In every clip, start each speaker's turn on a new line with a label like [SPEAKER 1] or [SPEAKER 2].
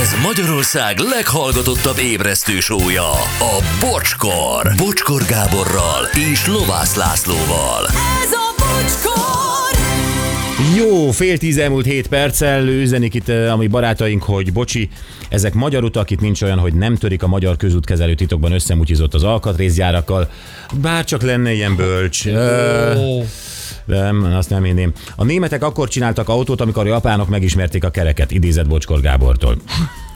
[SPEAKER 1] Ez Magyarország leghallgatottabb ébresztő sója, a Bocskor. Bocskor Gáborral és Lovász Lászlóval.
[SPEAKER 2] Ez a bocskor!
[SPEAKER 3] Jó, fél tíz elmúlt hét perccel üzenik itt eh, a mi barátaink, hogy bocsi, ezek magyar utak, itt nincs olyan, hogy nem törik a magyar közútkezelő titokban összemutyizott az alkatrészgyárakkal. Bár csak lenne ilyen bölcs. Ö, Nem, azt nem hinném. A németek akkor csináltak autót, amikor a japánok megismerték a kereket, idézett Bocskor Gábortól.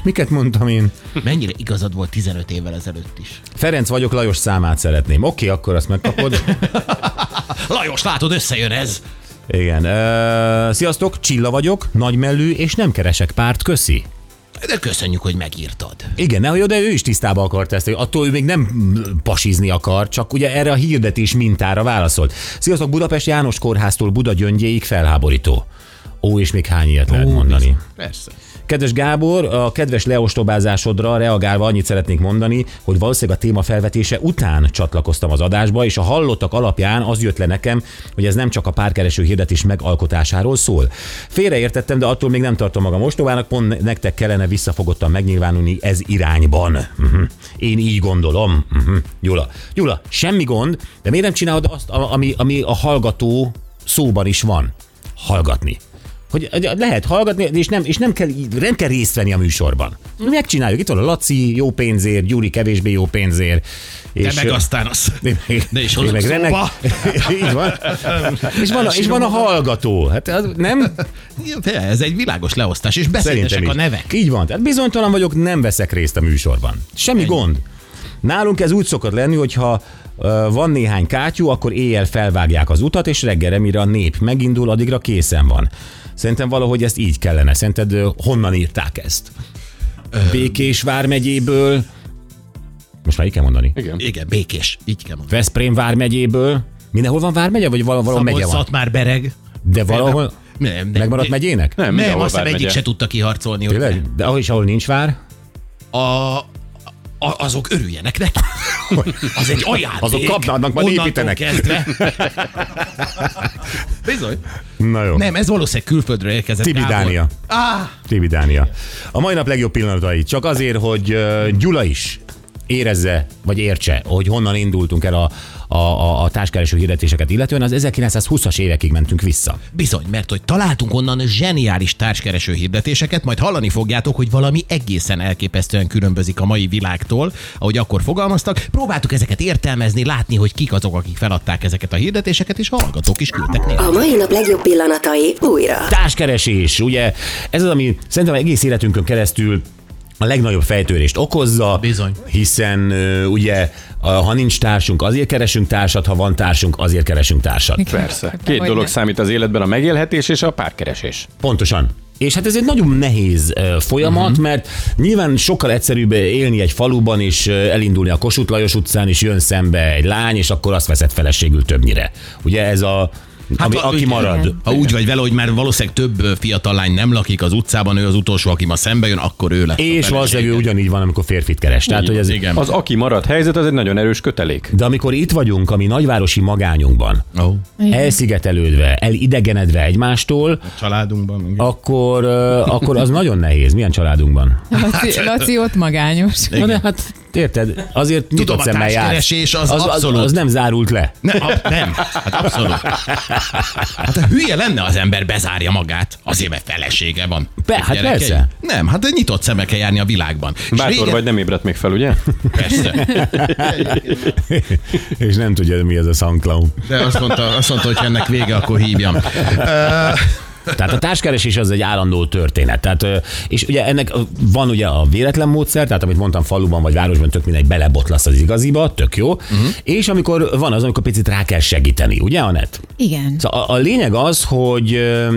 [SPEAKER 3] Miket mondtam én?
[SPEAKER 4] Mennyire igazad volt 15 évvel ezelőtt is?
[SPEAKER 3] Ferenc vagyok, Lajos számát szeretném. Oké, akkor azt megkapod.
[SPEAKER 4] Lajos, látod, összejön ez!
[SPEAKER 3] Igen. Ö, sziasztok, Csilla vagyok, nagymellű, és nem keresek párt, köszi.
[SPEAKER 4] De köszönjük, hogy megírtad.
[SPEAKER 3] Igen, ne, de ő is tisztába akart ezt, hogy attól ő még nem pasizni akar, csak ugye erre a hirdetés mintára válaszolt. Sziasztok, Budapest János Kórháztól Buda gyöngyéig felháborító. Ó, és még hány ilyet lehet mondani?
[SPEAKER 4] Persze.
[SPEAKER 3] Kedves Gábor, a kedves leostobázásodra reagálva annyit szeretnék mondani, hogy valószínűleg a téma felvetése után csatlakoztam az adásba, és a hallottak alapján az jött le nekem, hogy ez nem csak a párkereső hirdetés megalkotásáról szól. Félreértettem, de attól még nem tartom magam ostobának, pont ne- nektek kellene visszafogottan megnyilvánulni ez irányban. Uh-huh. Én így gondolom. Uh-huh. Gyula. Gyula, semmi gond, de miért nem csinálod azt, a- ami, ami a hallgató szóban is van? Hallgatni. Hogy lehet hallgatni, és nem, és nem, kell, nem kell részt venni a műsorban. Mi megcsináljuk. Itt van a Laci jó pénzért, Gyuri kevésbé jó pénzért.
[SPEAKER 4] De meg aztán az.
[SPEAKER 3] Én meg,
[SPEAKER 4] Ne is
[SPEAKER 3] én
[SPEAKER 4] hozzuk
[SPEAKER 3] meg remek,
[SPEAKER 4] szóba.
[SPEAKER 3] így van. És van, a, és van a hallgató. Hát az, nem?
[SPEAKER 4] Ja, de Ez egy világos leosztás, és beszédesek a nevek.
[SPEAKER 3] Így van. Tehát bizonytalan vagyok, nem veszek részt a műsorban. Semmi Ennyi. gond. Nálunk ez úgy szokott lenni, hogyha ö, van néhány kátyú, akkor éjjel felvágják az utat, és reggelre, mire a nép megindul, addigra készen van. Szerintem valahogy ezt így kellene. Szerinted ö, honnan írták ezt? Békésvár megyéből, most már így kell mondani,
[SPEAKER 4] Igen. Igen, békés. Így kell mondani.
[SPEAKER 3] Veszprém vármegyéből, mindenhol van vármegye, vagy vala- valahol megye van?
[SPEAKER 4] már bereg.
[SPEAKER 3] De valahol
[SPEAKER 4] Nem, nem.
[SPEAKER 3] megmaradt
[SPEAKER 4] nem,
[SPEAKER 3] megyének?
[SPEAKER 4] Nem, nem
[SPEAKER 5] mindenhol
[SPEAKER 4] azt hiszem
[SPEAKER 5] vármegye.
[SPEAKER 4] egyik se tudta kiharcolni. hogy
[SPEAKER 3] Tényleg? De ahol is, ahol nincs vár,
[SPEAKER 4] A, a, azok örüljenek neki. Az egy ajándék.
[SPEAKER 3] Azok kapnának, majd
[SPEAKER 4] Onnantól
[SPEAKER 3] építenek.
[SPEAKER 4] kezdve. Bizony.
[SPEAKER 3] Na jó.
[SPEAKER 4] Nem, ez valószínűleg külföldről érkezett.
[SPEAKER 3] Tibi
[SPEAKER 4] Gábor.
[SPEAKER 3] Dánia.
[SPEAKER 4] Ah,
[SPEAKER 3] Tibi Dánia. A mai nap legjobb pillanatai, csak azért, hogy ö, Gyula is érezze, vagy értse, hogy honnan indultunk el a, a, a, a társkereső hirdetéseket illetően, az 1920-as évekig mentünk vissza.
[SPEAKER 4] Bizony, mert hogy találtunk onnan zseniális társkereső hirdetéseket, majd hallani fogjátok, hogy valami egészen elképesztően különbözik a mai világtól, ahogy akkor fogalmaztak. Próbáltuk ezeket értelmezni, látni, hogy kik azok, akik feladták ezeket a hirdetéseket, és hallgatók is küldtek néha.
[SPEAKER 6] A mai nap legjobb pillanatai újra.
[SPEAKER 3] Társkeresés, ugye? Ez az, ami szerintem egész életünkön keresztül a legnagyobb fejtörést okozza.
[SPEAKER 4] Bizony.
[SPEAKER 3] Hiszen ö, ugye, a- ha nincs társunk, azért keresünk társat, ha van társunk, azért keresünk társat.
[SPEAKER 5] Persze. Két dolog számít az életben, a megélhetés és a párkeresés.
[SPEAKER 3] Pontosan. És hát ez egy nagyon nehéz ö, folyamat,
[SPEAKER 4] Mhm.
[SPEAKER 3] uh-huh. mert nyilván sokkal egyszerűbb élni egy faluban, és ö, elindulni a Kossuth Lajos utcán, és jön szembe egy lány, és akkor azt veszed feleségül többnyire. Ugye ez a, hát ami,
[SPEAKER 4] ha-
[SPEAKER 3] aki marad.
[SPEAKER 4] Ha úgy vagy vele, hogy már valószínűleg több ö, fiatal lány nem lakik az utcában, ő az utolsó, aki ma szembe jön, akkor ő lesz. a
[SPEAKER 3] És
[SPEAKER 4] feleség.
[SPEAKER 3] valószínűleg ő ugyanígy van, amikor férfit keres. Tehát, hogy ez,
[SPEAKER 4] Igen.
[SPEAKER 5] Az aki marad helyzet, az egy nagyon erős kötelék.
[SPEAKER 3] De amikor itt vagyunk, ami nagyvárosi magányunkban,
[SPEAKER 4] Ó,
[SPEAKER 3] elszigetelődve, elidegenedve egymástól,
[SPEAKER 4] családunkban. igen.
[SPEAKER 3] akkor, ö, akkor az nagyon nehéz. Milyen családunkban?
[SPEAKER 4] Hát-
[SPEAKER 7] Laci, Laci ott magányos.
[SPEAKER 3] Na de hát, érted? Azért nyitott
[SPEAKER 4] a
[SPEAKER 3] szemmel jársz.
[SPEAKER 4] társkeresés az
[SPEAKER 3] az,
[SPEAKER 4] abszolút.
[SPEAKER 3] az nem zárult le.
[SPEAKER 4] Ne, ab, nem, hát abszolút. Hát a hülye lenne az ember bezárja magát, azért mert felesége van.
[SPEAKER 3] Be-
[SPEAKER 4] Meg
[SPEAKER 3] hát
[SPEAKER 4] gyerekei.
[SPEAKER 3] persze.
[SPEAKER 4] Nem, hát nyitott szemmel kell járni a világban. És
[SPEAKER 5] Bátor
[SPEAKER 4] régen-
[SPEAKER 5] vagy, nem ébredt még fel, ugye?
[SPEAKER 4] Persze.
[SPEAKER 3] És nem tudja, mi ez a SoundCloud.
[SPEAKER 4] De azt mondta, azt mondta, hogy ha ennek vége, akkor hívjam.
[SPEAKER 3] Tehát a társkeresés az egy állandó történet. Tehát, ö, és ugye ennek ö, van ugye a véletlen módszer, tehát amit mondtam, faluban vagy városban tök mindegy, belebotlasz az igaziba, tök jó. Uh-huh. És amikor van az, amikor picit rá kell segíteni, ugye, Anett?
[SPEAKER 7] Igen.
[SPEAKER 3] Szóval a, a lényeg az, hogy ö,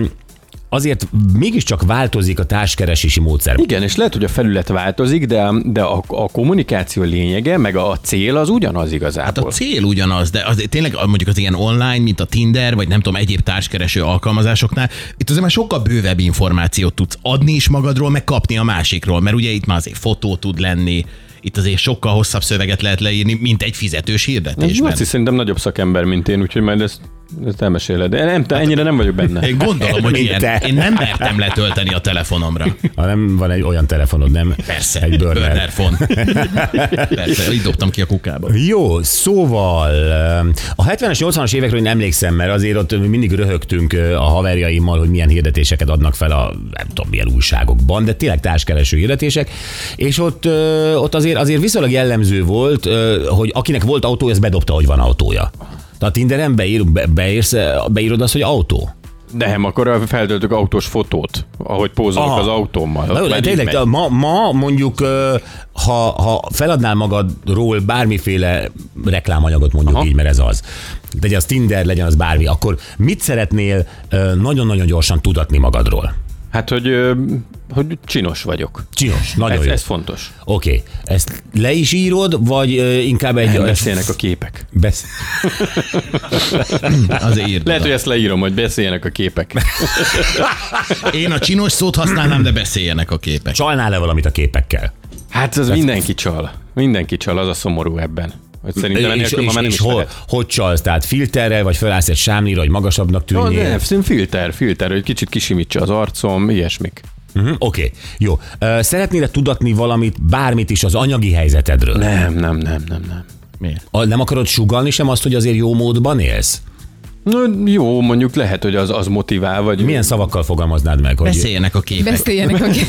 [SPEAKER 3] azért mégiscsak változik a társkeresési módszer.
[SPEAKER 5] Igen, és lehet, hogy a felület változik, de, de a, a kommunikáció lényege, meg a cél az ugyanaz
[SPEAKER 4] Hát a
[SPEAKER 5] igazából.
[SPEAKER 4] cél ugyanaz, de az, tényleg mondjuk az ilyen online, mint a Tinder, vagy nem tudom, egyéb társkereső alkalmazásoknál, itt azért már sokkal bővebb információt tudsz adni is magadról, meg kapni a másikról, mert ugye itt már azért fotó tud lenni, itt azért sokkal hosszabb szöveget lehet leírni, mint egy fizetős
[SPEAKER 5] Ez
[SPEAKER 4] hirdetésben.
[SPEAKER 5] Laci szerintem nagyobb szakember, mint én, úgyhogy majd ezt Ezt elmeséled. De nem, te ennyire nem vagyok benne.
[SPEAKER 4] Én gondolom, hogy ilyen.
[SPEAKER 3] Te.
[SPEAKER 4] Én nem mertem letölteni a telefonomra.
[SPEAKER 3] Ha nem van egy olyan telefonod, nem?
[SPEAKER 4] Persze.
[SPEAKER 3] Egy burner.
[SPEAKER 4] phone. Persze, így dobtam ki a kukába.
[SPEAKER 3] Jó, szóval ö, a 70-es, 80-as évekről én emlékszem, mert azért ott mindig röhögtünk ö, a haverjaimmal, hogy milyen hirdetéseket adnak fel a nem tudom milyen újságokban, de tényleg társkereső hirdetések, és ott, ö, ott azért, azért viszonylag jellemző volt, ö, hogy akinek volt autója, az bedobta, hogy van autója. Tehát Tinderen beír, be, beírsz, beírod azt, hogy autó.
[SPEAKER 5] Nem, akkor feltöltök autós fotót, ahogy pózolok
[SPEAKER 3] Aha.
[SPEAKER 5] az autómmal.
[SPEAKER 3] Na jó, de
[SPEAKER 5] Már így
[SPEAKER 3] tényleg,
[SPEAKER 5] megy.
[SPEAKER 3] de ma, ma mondjuk, ö, ha, ha feladnál magadról bármiféle reklámanyagot, mondjuk Aha. így, mert ez az, legyen az Tinder, legyen az bármi, akkor mit szeretnél ö, nagyon-nagyon gyorsan tudatni magadról?
[SPEAKER 5] Hát, hogy, ö, hogy csinos vagyok.
[SPEAKER 3] Csinos, nagyon
[SPEAKER 5] Ez,
[SPEAKER 3] jó.
[SPEAKER 5] ez fontos.
[SPEAKER 3] Oké, okay. ezt le is írod, vagy ö, inkább egy...
[SPEAKER 5] Nem beszélnek a képek.
[SPEAKER 3] Besz...
[SPEAKER 4] Azért írd
[SPEAKER 5] Lehet, hogy
[SPEAKER 4] oda.
[SPEAKER 5] ezt leírom, hogy beszéljenek a képek.
[SPEAKER 4] Én a csinos szót használnám, de beszéljenek a képek.
[SPEAKER 3] Csalnál-e valamit a képekkel?
[SPEAKER 5] Hát ez mindenki csal. Mindenki csal, az a szomorú ebben. Hogy szerintem
[SPEAKER 3] és
[SPEAKER 5] enélkül ma
[SPEAKER 3] és,
[SPEAKER 5] már nem
[SPEAKER 3] és
[SPEAKER 5] is
[SPEAKER 3] hol,
[SPEAKER 5] lehet.
[SPEAKER 3] hogy csalsz? Tehát filterrel, vagy felállsz egy sámlira, hogy magasabbnak
[SPEAKER 5] Jó,
[SPEAKER 3] tűnjél?
[SPEAKER 5] nem, szín filter, filter, hogy kicsit kisimítsa az arcom, ilyesmik.
[SPEAKER 3] Mhm, Oké, okay. jó. Ö, Szeretnél tudatni valamit, bármit is az anyagi helyzetedről? Ne.
[SPEAKER 5] Nem, nem, nem, nem, nem.
[SPEAKER 4] Miért?
[SPEAKER 3] Nem akarod sugalni sem azt, hogy azért jó módban élsz?
[SPEAKER 5] Na, jó, mondjuk lehet, hogy az, az motivál, vagy
[SPEAKER 3] Milyen szavakkal fogalmaznád meg, hogy...
[SPEAKER 4] Beszéljenek a képek.
[SPEAKER 7] Beszéljenek, aki...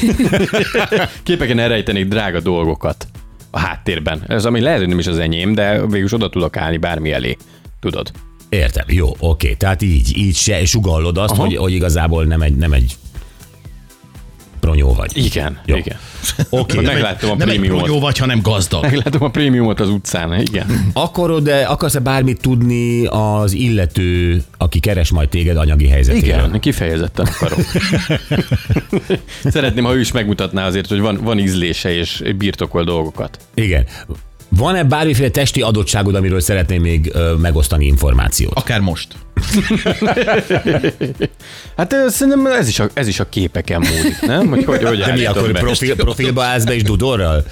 [SPEAKER 5] képeken elrejtenék drága dolgokat a háttérben. Ez ami lehet, hogy nem is az enyém, de végülis oda tudok állni bármi elé. Tudod?
[SPEAKER 3] Értem, jó, oké. Okay. Tehát így, így se sugallod azt, hogy, hogy igazából nem egy, nem egy pronyó vagy.
[SPEAKER 5] Igen,
[SPEAKER 3] Jó.
[SPEAKER 5] jó. igen.
[SPEAKER 3] Oké, okay.
[SPEAKER 5] Megláttam a
[SPEAKER 4] Nem egy
[SPEAKER 5] prémiumot.
[SPEAKER 4] jó vagy, hanem gazdag.
[SPEAKER 5] Meglátom a prémiumot az utcán, igen.
[SPEAKER 3] akarod -e, akarsz-e bármit tudni az illető, aki keres majd téged anyagi helyzetéről?
[SPEAKER 5] Igen, kifejezetten akarom. Szeretném, ha ő is megmutatná azért, hogy van, van ízlése és birtokol dolgokat.
[SPEAKER 3] Igen. Van-e bármiféle testi adottságod, amiről szeretnél még ö, megosztani információt?
[SPEAKER 4] Akár most.
[SPEAKER 5] Hát ö, szerintem ez is a, ez is a képeken múlik, nem? Hogy, hogy, hogy
[SPEAKER 3] De mi
[SPEAKER 5] állítod
[SPEAKER 3] akkor
[SPEAKER 5] be?
[SPEAKER 3] profil, profilba állsz be és dudorral?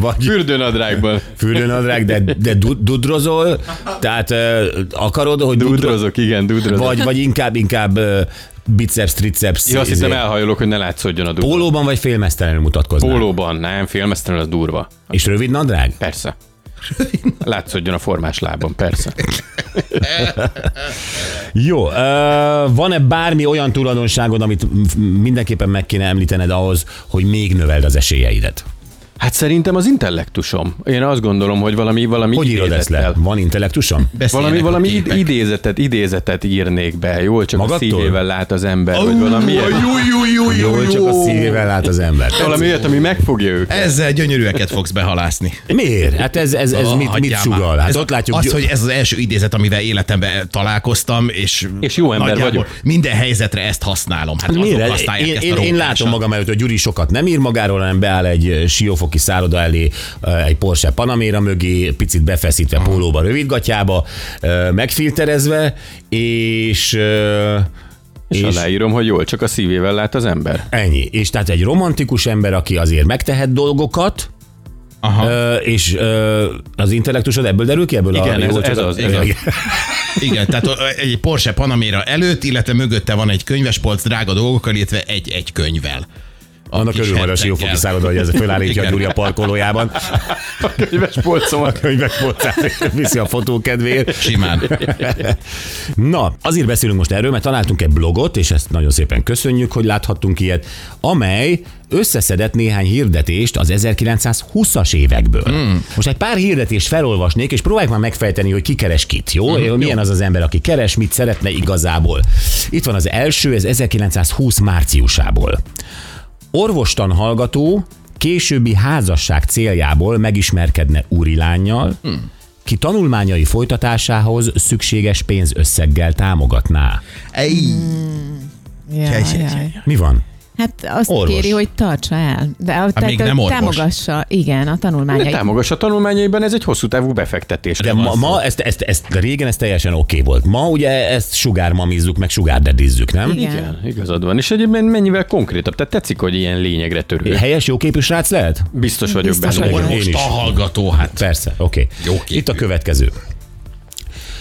[SPEAKER 3] Vagy
[SPEAKER 5] Fürdőnadrágban.
[SPEAKER 3] fürdőnadrág, de, de du- dudrozol? Tehát ö, akarod, hogy dudro-
[SPEAKER 5] Dudrozok, igen, dudrozok.
[SPEAKER 3] vagy, vagy inkább, inkább ö, biceps, triceps.
[SPEAKER 5] Én azt
[SPEAKER 3] izé-
[SPEAKER 5] hiszem elhajolok, hogy ne látszódjon a dudor.
[SPEAKER 3] Pólóban vagy félmeztelenül mutatkoznál?
[SPEAKER 5] Pólóban, nem, félmeztelen az durva.
[SPEAKER 3] És rövid nadrág?
[SPEAKER 5] Persze. Látszódjon a formás lábon, persze.
[SPEAKER 3] Jó, ö, van-e bármi olyan tulajdonságod, amit m- mindenképpen meg kéne említened ahhoz, hogy még növeld az esélyeidet?
[SPEAKER 5] Hát szerintem az intellektusom. Én azt gondolom, hogy valami, valami
[SPEAKER 3] Hogy írod ezt le?
[SPEAKER 5] idézettel-
[SPEAKER 3] Van intellektusom?
[SPEAKER 5] Valami,
[SPEAKER 4] Beszéljenek
[SPEAKER 5] valami
[SPEAKER 4] a
[SPEAKER 5] id-
[SPEAKER 4] képek.
[SPEAKER 5] idézetet, idézetet írnék be, jól csak
[SPEAKER 3] Magadtól?
[SPEAKER 5] a szívével lát az ember, vagy valami ilyet,
[SPEAKER 3] Jól csak a szívével lát az ember.
[SPEAKER 5] valami ilyet, ami megfogja őket.
[SPEAKER 4] Ezzel gyönyörűeket fogsz behalászni.
[SPEAKER 3] Miért? Hát ez, ez, ez
[SPEAKER 4] Ah,
[SPEAKER 3] mit, mit
[SPEAKER 4] hagyjál már.
[SPEAKER 3] sugal? Hát
[SPEAKER 4] Ez
[SPEAKER 3] ott látjuk,
[SPEAKER 4] Az, hogy ez az első idézet, amivel életemben találkoztam, és,
[SPEAKER 5] És jó ember
[SPEAKER 4] nagyjából
[SPEAKER 5] vagyok.
[SPEAKER 4] Minden helyzetre ezt használom. Hát azok
[SPEAKER 3] Miért?
[SPEAKER 4] használják
[SPEAKER 3] Én,
[SPEAKER 4] ezt
[SPEAKER 3] én,
[SPEAKER 4] a
[SPEAKER 3] én
[SPEAKER 4] rompásat.
[SPEAKER 3] látom magam előtt, hogy Gyuri sokat nem ír magáról, hanem beáll egy ö, siófoki szálloda elé, ö, egy Porsche Panamera mögé, picit befeszítve pólóba, rövidgatjába, ö, megfilterezve, és... eh, ö,
[SPEAKER 5] És, és aláírom, hogy jól csak a szívével lát az ember.
[SPEAKER 3] Ennyi. És tehát egy romantikus ember, aki azért megtehet dolgokat,
[SPEAKER 4] Aha.
[SPEAKER 3] ö, és ö, az intellektusod ebből derül ki? Ebből
[SPEAKER 5] Igen,
[SPEAKER 3] a,
[SPEAKER 5] ez-
[SPEAKER 3] jó, csak
[SPEAKER 5] ez
[SPEAKER 3] a-
[SPEAKER 5] az, igen.
[SPEAKER 4] Igen, tehát ö, egy Porsche Panamera előtt, illetve mögötte van egy könyvespolc drága dolgokkal, illetve egy-egy könyvvel. A
[SPEAKER 3] Annak
[SPEAKER 4] kis
[SPEAKER 3] örül majd a
[SPEAKER 4] herceggel.
[SPEAKER 3] siófoki szálloda, hogy ez fölállítja a
[SPEAKER 4] Igen.
[SPEAKER 3] Gyuri a parkolójában.
[SPEAKER 5] A könyves polcomat.
[SPEAKER 3] könyvek voltál, viszi a fotókedvéért.
[SPEAKER 4] Simán.
[SPEAKER 3] Na, azért beszélünk most erről, mert találtunk egy blogot, és ezt nagyon szépen köszönjük, hogy láthattunk ilyet, amely összeszedett néhány hirdetést az 1920-as évekből. Hmm. Most egy pár hirdetést felolvasnék, és próbáljuk már megfejteni, hogy ki keres kit, jó? Hmm, Milyen az az ember, aki keres, mit szeretne igazából. Itt van az első, ez 1920 márciusából. Orvostan hallgató későbbi házasság céljából megismerkedne úrilányjal, hmm. ki tanulmányai folytatásához szükséges pénzösszeggel támogatná.
[SPEAKER 4] Ej,
[SPEAKER 7] Jaj, jaj.
[SPEAKER 3] Mi van?
[SPEAKER 7] Hát azt
[SPEAKER 3] Orvos.
[SPEAKER 7] Orvos. kéri, hogy tartsa el. De hát
[SPEAKER 4] még nem orvos.
[SPEAKER 7] támogassa, igen, a
[SPEAKER 5] De
[SPEAKER 7] tanulmányait.
[SPEAKER 5] támogassa a tanulmányaiban, ez egy hosszú távú befektetés.
[SPEAKER 3] De ma, ma ezt, ezt, ezt, de régen ez teljesen oké okay volt. Ma ugye ezt sugármamizzuk, meg sugárdedizzük, nem?
[SPEAKER 7] Igen.
[SPEAKER 5] Igen, igazad van. És egyébként mennyivel konkrétabb. Tehát tetszik, hogy ilyen lényegre törő.
[SPEAKER 3] Helyes, jóképű srác lehet?
[SPEAKER 5] Biztos vagyok
[SPEAKER 7] Biztos
[SPEAKER 5] benne.
[SPEAKER 3] vagyok.
[SPEAKER 5] igen.
[SPEAKER 3] én
[SPEAKER 4] most
[SPEAKER 3] is.
[SPEAKER 4] a hallgató, hát.
[SPEAKER 3] Persze, oké.
[SPEAKER 4] Jó
[SPEAKER 3] Okay.
[SPEAKER 4] képű.
[SPEAKER 3] Itt a következő.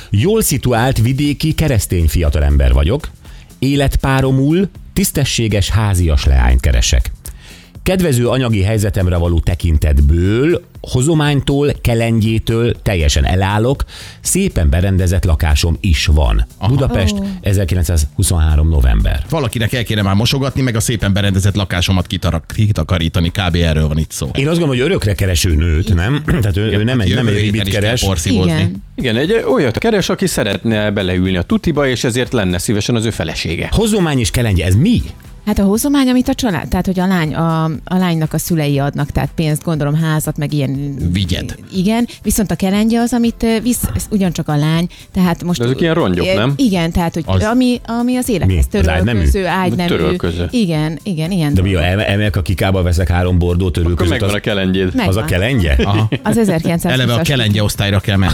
[SPEAKER 3] Jól szituált vidéki keresztény fiatalember vagyok, életpáromul tisztességes házias leányt keresek. Kedvező anyagi helyzetemre való tekintetből, hozománytól, kelengyétől teljesen elállok, szépen berendezett lakásom is van. Budapest, 1923. november.
[SPEAKER 4] Valakinek el kéne már mosogatni, meg a szépen berendezett lakásomat kitarak- kitakarítani, kb. erről van itt szó.
[SPEAKER 3] Én azt gondolom, hogy örökre kereső nőt, nem? Tehát ő, ő nem egy, nem egy
[SPEAKER 4] hát Jövő héten
[SPEAKER 3] ribit
[SPEAKER 4] is kell
[SPEAKER 3] keres.
[SPEAKER 4] porszívózni.
[SPEAKER 7] Igen.
[SPEAKER 5] Igen, egy olyat keres, aki szeretne beleülni a tutiba, és ezért lenne szívesen az ő felesége.
[SPEAKER 3] Hozomány és kelengye, ez mi?
[SPEAKER 7] Hát a hozomány, amit a család, tehát hogy a, lány, a, a lánynak a szülei adnak, tehát pénzt, gondolom házat, meg ilyen...
[SPEAKER 4] Vigyed.
[SPEAKER 7] Igen, viszont a kerengye az, amit ö, visz, ez ugyancsok a lány, tehát most...
[SPEAKER 5] De azok ilyen rongyok,
[SPEAKER 7] Ö,
[SPEAKER 5] nem?
[SPEAKER 7] Igen, tehát hogy
[SPEAKER 4] Az-
[SPEAKER 7] az... ami, ami az
[SPEAKER 3] Mi?
[SPEAKER 7] élethez
[SPEAKER 3] Az ágynemű?
[SPEAKER 7] törölköző, ágynemű.
[SPEAKER 5] Törölköző.
[SPEAKER 7] Igen, igen, ilyen.
[SPEAKER 3] De mi, a em- emelk a kikába veszek három bordót örül
[SPEAKER 5] Akkor
[SPEAKER 3] között,
[SPEAKER 5] megvan
[SPEAKER 3] az,
[SPEAKER 5] a kelengyéd.
[SPEAKER 7] Meg-
[SPEAKER 3] az a
[SPEAKER 7] Megvan.
[SPEAKER 3] kelengye?
[SPEAKER 4] Aha.
[SPEAKER 7] Az 1920
[SPEAKER 4] Eleve a kelengye osztályra kell menni.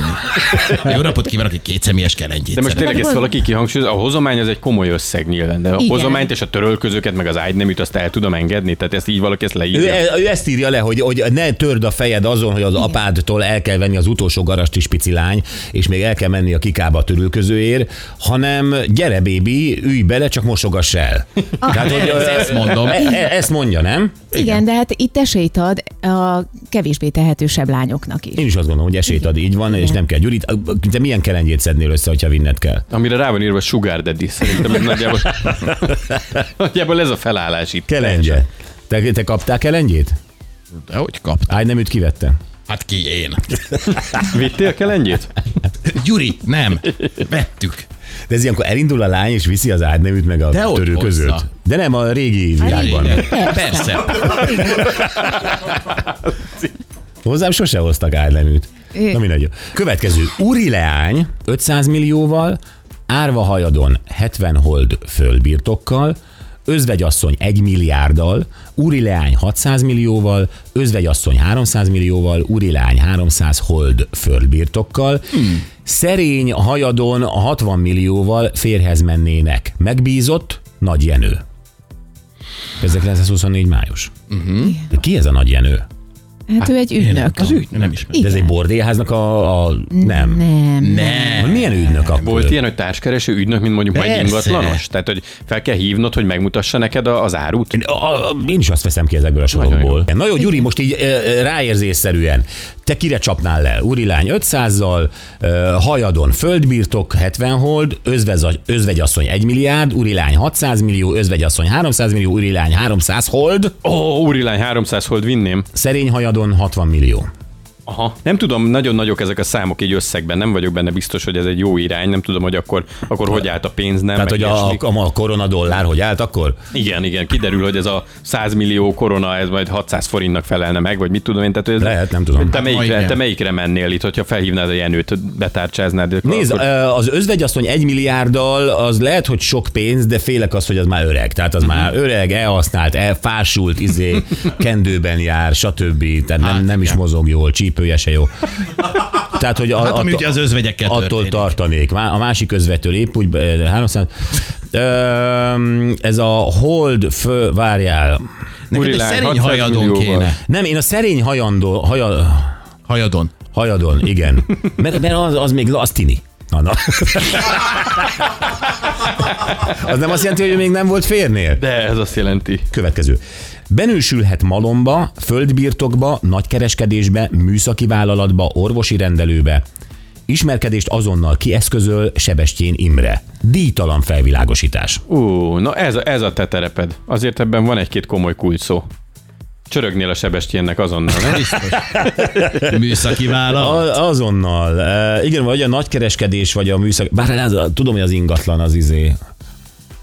[SPEAKER 4] Jó napot kívánok, egy kétszemélyes kelengyét.
[SPEAKER 5] De most tényleg ezt
[SPEAKER 7] Akkor-
[SPEAKER 5] valaki kihangsúlyozza, a hozomány az egy komoly összeg nyilván, de a
[SPEAKER 7] Igen.
[SPEAKER 5] hozományt és a törölközőket, meg az ágyneműt azt el tudom engedni, tehát ezt így valaki ezt
[SPEAKER 3] Ő,
[SPEAKER 5] leírja.
[SPEAKER 3] e- ő ezt írja le, hogy, hogy ne törd a fejed azon, hogy az apádtól el kell venni az utolsó garastis picilány, és még el kell menni a kikába a törülközőért, hanem gyere, bébi, ülj bele, csak mosogass el. Tehát,
[SPEAKER 4] ezt- ezt mondom.
[SPEAKER 3] E- e- ezt mondja, nem?
[SPEAKER 7] Igen, de hát itt esélyt ad a kevésbé tehetősebb lányoknak is.
[SPEAKER 3] Én is azt gondolom, hogy esélyt ad, így van, és nem kell gyűrít. Te milyen kelengyét szednél össze, hogyha vinned kell?
[SPEAKER 5] Amire rá van írva Sugar Daddy, szerintem ez nagyjából, nagyjából ez a felállás itt.
[SPEAKER 3] Kelengye. Te, te kaptál kelengyét?
[SPEAKER 4] De hogy kapta?
[SPEAKER 3] Áj, nem őt kivette.
[SPEAKER 4] Hát ki én?
[SPEAKER 5] Vittél kelengyét?
[SPEAKER 4] Gyuri, nem. Vettük.
[SPEAKER 3] De ez ilyenkor elindul a lány, és viszi az ágyneműt meg a
[SPEAKER 4] De ott
[SPEAKER 3] törő
[SPEAKER 4] hozza. Hát
[SPEAKER 3] között. De nem a régi világban.
[SPEAKER 4] Igen. Persze.
[SPEAKER 3] Hozzám sose hoztak ágyneműt.
[SPEAKER 7] É.
[SPEAKER 3] Na mindegy. Következő. Uri Leány 500 millióval, Árva Hajadon 70 hold fölbirtokkal, Özvegyasszony 1 milliárddal, Úri Leány 600 millióval, Özvegyasszony 300 millióval, Úri Leány 300 hold földbirtokkal. Hmm. Szerény hajadon a 60 millióval férhez mennének. Megbízott Nagy Jenő. 1924 május. Uh-huh. Ki ez a Nagy Jenő?
[SPEAKER 7] Hát ő egy ügynök.
[SPEAKER 4] Az ügy. Nem is.
[SPEAKER 3] De ez egy bordélyháznak a... a nem.
[SPEAKER 7] Nem.
[SPEAKER 3] Mm.
[SPEAKER 4] Ne.
[SPEAKER 3] Milyen ügynök akkor?
[SPEAKER 5] Volt ilyen, hogy társkereső ügynök, mint mondjuk majd
[SPEAKER 4] Persze.
[SPEAKER 5] ingatlanos? Tehát, hogy fel kell hívnod, hogy megmutassa neked a- az árut?
[SPEAKER 3] Én- A, a, én is azt veszem ki ezekből a sorokból. Na jó, Gyuri, most így e, e, ráérzésszerűen, te kire csapnál le? Urilány 500-zal, e, hajadon földbirtok 70 hold, özvez, özvegyasszony 1 milliárd, Urilány 600 millió, özvegyasszony 300 millió, Urilány 300 hold,
[SPEAKER 5] Ó, úrilány, 300 hold vinném.
[SPEAKER 3] szerény hajadon 60 millió.
[SPEAKER 5] Aha. Nem tudom, nagyon nagyok ezek a számok így összegben, nem vagyok benne biztos, hogy ez egy jó irány, nem tudom, hogy akkor, akkor hogy állt a pénz, nem?
[SPEAKER 3] Tehát,
[SPEAKER 5] meg
[SPEAKER 3] Hát, hogy a,
[SPEAKER 5] ilyesmi.
[SPEAKER 3] a, a koronadollár hogy állt akkor?
[SPEAKER 5] Igen, igen, kiderül, hogy ez a 100 millió korona, ez majd 600 forintnak felelne meg, vagy mit tudom én. Tehát, hogy ez-
[SPEAKER 3] Lehet, nem tudom.
[SPEAKER 5] Te melyikre,
[SPEAKER 4] Majdnem.
[SPEAKER 5] te melyikre mennél itt, hogyha felhívnád a Jenőt, betárcsáznád? akkor-
[SPEAKER 3] Nézd,
[SPEAKER 5] akkor...
[SPEAKER 3] ö, az özvegyasszony egy milliárddal az lehet, hogy sok pénz, de félek az, hogy az már öreg. Tehát az már
[SPEAKER 4] Mhm.
[SPEAKER 3] öreg, elhasznált, elfásult, izé, kendőben jár, stb. Tehát
[SPEAKER 4] Hát
[SPEAKER 3] nem, nem is mozog jól, csípője se jó. Tehát, hogy a,
[SPEAKER 4] Hát ami
[SPEAKER 3] attól-
[SPEAKER 4] ugye az özvegyekkel
[SPEAKER 3] attól
[SPEAKER 4] történik.
[SPEAKER 3] tartanék. Má- A másik özvetől épp úgy, eh, ö, 300... Öm, ez a hold fő, várjál.
[SPEAKER 4] Neked egy
[SPEAKER 5] Úrilány,
[SPEAKER 4] szerény
[SPEAKER 5] 600
[SPEAKER 4] hajadon
[SPEAKER 5] millióval.
[SPEAKER 4] kéne.
[SPEAKER 3] Nem, én a szerény hajandó, haja,
[SPEAKER 4] Hajadon.
[SPEAKER 3] hajadon, igen. Mert, mert az, az még az tini. Na, na. Az nem azt jelenti, hogy ő még nem volt férnél.
[SPEAKER 5] De ez azt jelenti.
[SPEAKER 3] Következő. Benősülhet malomba, földbirtokba, nagykereskedésbe, műszaki vállalatba, orvosi rendelőbe. Ismerkedést azonnal kieszközöl Sebestyén Imre. Díjtalan felvilágosítás.
[SPEAKER 5] Ú, na ez a, ez a te tereped. Azért ebben van egy-két komoly kulcs szó. Csörögnél a sebestjénnek azonnal, nem?
[SPEAKER 4] Biztos. Műszaki vállal.
[SPEAKER 3] A, azonnal. E, igen, vagy a nagykereskedés, vagy a műszak. Bár hát ez, a- tudom, hogy az ingatlan az izé.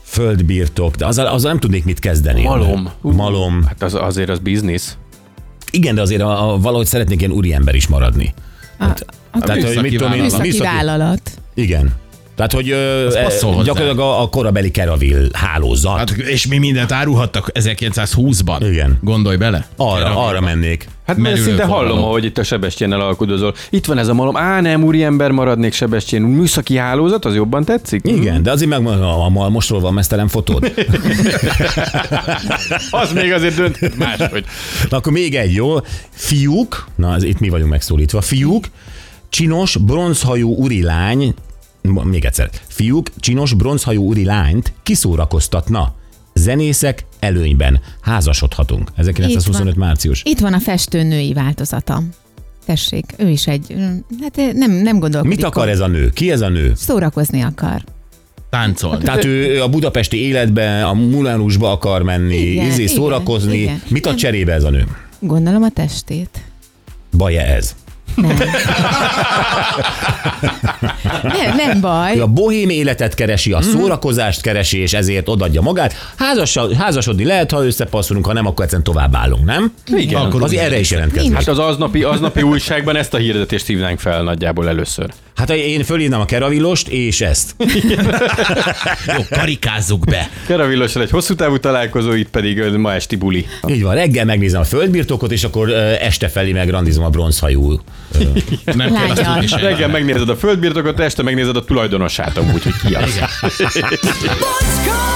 [SPEAKER 3] Földbirtok, de azzal, azzal nem tudnék mit kezdeni.
[SPEAKER 5] Malom. Ú,
[SPEAKER 3] Malom.
[SPEAKER 5] Hát az, azért az biznisz.
[SPEAKER 3] Igen, de azért a, a, valahogy szeretnék ilyen úriember is maradni.
[SPEAKER 7] A
[SPEAKER 3] Hát, Tehát, hogy mit tudom én,
[SPEAKER 4] vállalat.
[SPEAKER 7] műszaki vállalat.
[SPEAKER 3] Igen. Tehát, hogy ö, e,
[SPEAKER 4] passzol hozzá.
[SPEAKER 3] gyakorlatilag a, a korabeli Keravil hálózat.
[SPEAKER 4] Hát,
[SPEAKER 3] Hát,
[SPEAKER 4] és mi mindent áruhattak 1920-ban.
[SPEAKER 3] Igen.
[SPEAKER 4] Gondolj bele.
[SPEAKER 3] arra,
[SPEAKER 4] Erre-
[SPEAKER 3] arra mennék.
[SPEAKER 5] Hát
[SPEAKER 4] Merülő
[SPEAKER 5] mert szinte
[SPEAKER 4] fogalom.
[SPEAKER 5] hallom, ahogy itt a Sebestyénnel alkudozol. Itt van ez a malom. Á, nem, úriember, maradnék Sebestyén. Műszaki hálózat, az jobban tetszik?
[SPEAKER 7] Mhm.
[SPEAKER 3] Igen, de azért meg a, a malmosról van mesztelen fotód.
[SPEAKER 5] Az még azért dönt máshogy.
[SPEAKER 3] Na akkor még egy, jó? Fiúk, na ez itt mi vagyunk megszólítva, fiúk, csinos, bronzhajú úrilány, m- még egyszer, fiúk csinos bronzhajú úri lányt kiszórakoztatna. Zenészek előnyben. Házasodhatunk. 1925
[SPEAKER 7] Így van.
[SPEAKER 3] március.
[SPEAKER 7] Itt van a festőnői változata. Tessék, ő is egy, hát nem, nem gondolkodik.
[SPEAKER 3] Mit akar ez a nő? Ki ez a nő?
[SPEAKER 7] Szórakozni akar.
[SPEAKER 4] Táncolni.
[SPEAKER 3] Tehát ő, ő a budapesti életbe, a Mulánusba akar menni,
[SPEAKER 7] Igen,
[SPEAKER 3] izé,
[SPEAKER 7] igen,
[SPEAKER 3] szórakozni.
[SPEAKER 7] igen.
[SPEAKER 3] Mit ad cserébe ez a nő?
[SPEAKER 7] Gondolom a testét.
[SPEAKER 3] Baj ez?
[SPEAKER 7] Nem. nem, nem baj.
[SPEAKER 3] Ő a bohém életet keresi, a szórakozást keresi, és ezért odadja magát. Házas, házasodni lehet, ha összepasszolunk, ha nem, akkor egyszerűen továbbállunk, nem?
[SPEAKER 5] Igen.
[SPEAKER 3] Akkor az erre is jelentkezik.
[SPEAKER 5] Hát az aznapi, aznapi újságban ezt a hirdetést hívnánk fel nagyjából először.
[SPEAKER 3] Hát ha én fölírnám a keravilost, és ezt.
[SPEAKER 4] Jó, karikázzuk be.
[SPEAKER 5] Keravillossal egy hosszú távú találkozó, itt pedig ö, ma esti buli.
[SPEAKER 3] Így van, reggel megnézem a földbirtokot, és akkor ö, este felé megrandizom a bronzhajú.
[SPEAKER 4] Nem kell azt
[SPEAKER 7] Lányal.
[SPEAKER 4] tudni sem.
[SPEAKER 5] Reggel megnézed a földbirtokot, este megnézed a tulajdonosát, amúgy, hogy ki az.
[SPEAKER 2] Bocskor!